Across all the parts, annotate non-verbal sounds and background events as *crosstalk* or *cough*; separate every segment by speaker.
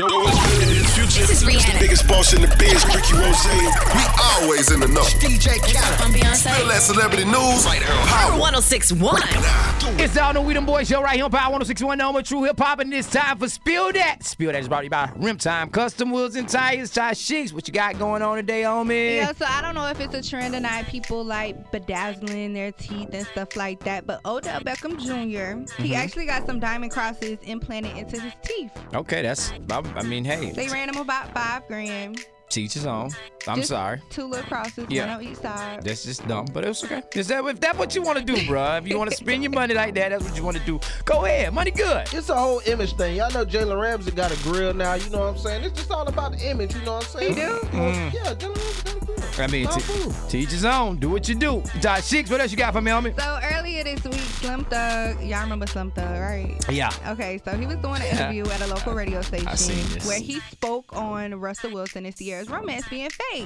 Speaker 1: Yo, yo, what's good? It's Future.
Speaker 2: This is
Speaker 1: It's the
Speaker 2: Rihanna.
Speaker 1: biggest boss in the biz, Ricky Rose. We always in the know.
Speaker 2: DJ Khaled. I'm
Speaker 1: All
Speaker 2: Beyonce.
Speaker 1: that celebrity news. Power.
Speaker 2: 1061.
Speaker 3: It's all the We Them Boys Show right here on Power 1061 Norma True Hip Hop, and it's time for Spill That. Spill That is brought to you by Rim Time Custom Wheels and Tires. Ty Sheeks, what you got going on today, homie?
Speaker 4: Yeah, so I don't know if it's a trend or not. People like bedazzling their teeth and stuff like that. But Odell Beckham junior
Speaker 3: Mm-hmm.
Speaker 4: he actually got some diamond crosses implanted into his teeth.
Speaker 3: Okay, that's, I, I mean, hey,
Speaker 4: They ran him about five grand.
Speaker 3: teach his own. I'm
Speaker 4: Just
Speaker 3: sorry.
Speaker 4: Two little crosses,
Speaker 3: Yeah.
Speaker 4: one on each side.
Speaker 3: That's just dumb, but it's okay. Is that if that's what you want to do, bruh? If you want to spend your money like that, that's what you want to do. Go ahead, money good.
Speaker 5: It's a whole image thing. Y'all know Jalen Ramsey got a grill now. You know what I'm saying? It's just all about the image. You know what I'm saying?
Speaker 4: He do?
Speaker 5: Mm. Yeah, Jalen Ramsey got a grill.
Speaker 3: I mean,
Speaker 5: Not
Speaker 3: t-
Speaker 5: fool.
Speaker 3: teach his own. Do what you do. Ty Sheeks, what else you got for me, homie?
Speaker 4: So earlier this week, Slim Thug, y'all remember Slim Thug, right?
Speaker 3: Yeah.
Speaker 4: Okay, so he was doing an interview at a
Speaker 3: *laughs*
Speaker 4: local radio station
Speaker 3: seen this.
Speaker 4: where he spoke on Russell Wilson and Sierra's romance being fake.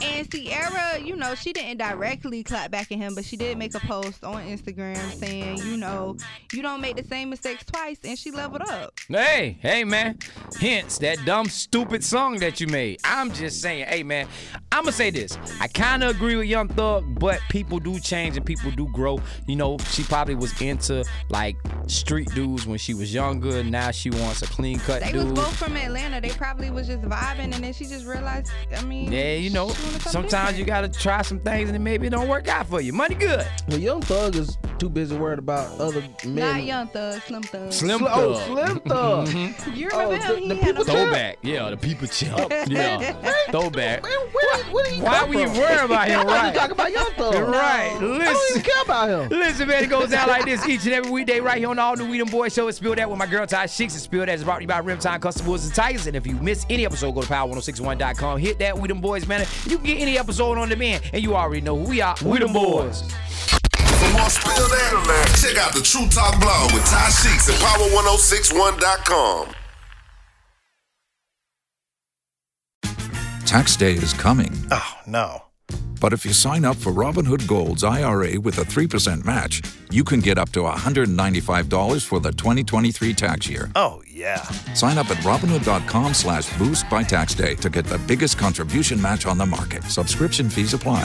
Speaker 4: And Sierra, you know, she didn't directly clap back at him, but she did make a post on Instagram saying, you know, you don't make the same mistakes twice, and she leveled up.
Speaker 3: Hey, hey, man. Hence that dumb, stupid song that you made. I'm just saying, hey, man. I'm going to say this. I kind of agree with Young Thug, but people do change and people do grow. You know, she probably was into like street dudes when she was younger. Now she wants a clean cut
Speaker 4: They
Speaker 3: dude.
Speaker 4: was both from Atlanta. They probably was just vibing, and then she just realized, I mean,
Speaker 3: yeah, you know,
Speaker 4: she wanted something
Speaker 3: sometimes you
Speaker 4: different.
Speaker 3: got to try some things and then maybe it don't work out for you. Money good.
Speaker 5: Well, Young Thug is too busy worried about other men.
Speaker 4: Not Young Thug, Slim Thug.
Speaker 3: Slim
Speaker 5: Sl- oh,
Speaker 3: Thug. Mm-hmm.
Speaker 5: Slim Thug.
Speaker 4: You remember
Speaker 5: Oh,
Speaker 4: him?
Speaker 5: the- the
Speaker 4: He had
Speaker 5: people
Speaker 4: a-
Speaker 3: Throwback. Yeah, the people
Speaker 4: *laughs*
Speaker 3: chump. Yeah. Throwback.
Speaker 5: Man, where, did- where did he
Speaker 3: Why
Speaker 5: come
Speaker 3: we
Speaker 5: from?
Speaker 3: worry about
Speaker 5: *laughs*
Speaker 3: him,
Speaker 5: I thought
Speaker 3: right?
Speaker 5: you talking about Young Thug.
Speaker 3: Right.
Speaker 5: I don't
Speaker 3: Listen.
Speaker 5: even care about him.
Speaker 3: Listen, man, it goes down like this each and every weekday right here on the All New Weedham Boys Show. It's Spill That with my girl Ty Sheeks. It's Spill That is brought to you by Rimtime Custom Wheels and Tires. And if you miss any episode, go to power1061.com. Hit that Weedham Boys banner. You can get any episode on demand. And you already know who we are. Weedham Boys.
Speaker 1: For more spill that, check out the True Talk blog with Ty Sheeks at power1061.com.
Speaker 6: Tax day is coming.
Speaker 7: Oh, no.
Speaker 6: But if you sign up for Robinhood Gold's IRA with a 3% match, you can get up to $195 for the 2023 tax year.
Speaker 7: Oh, yeah.
Speaker 6: Sign up at Robinhood.com slash boost by tax day to get the biggest contribution match on the market. Subscription fees apply.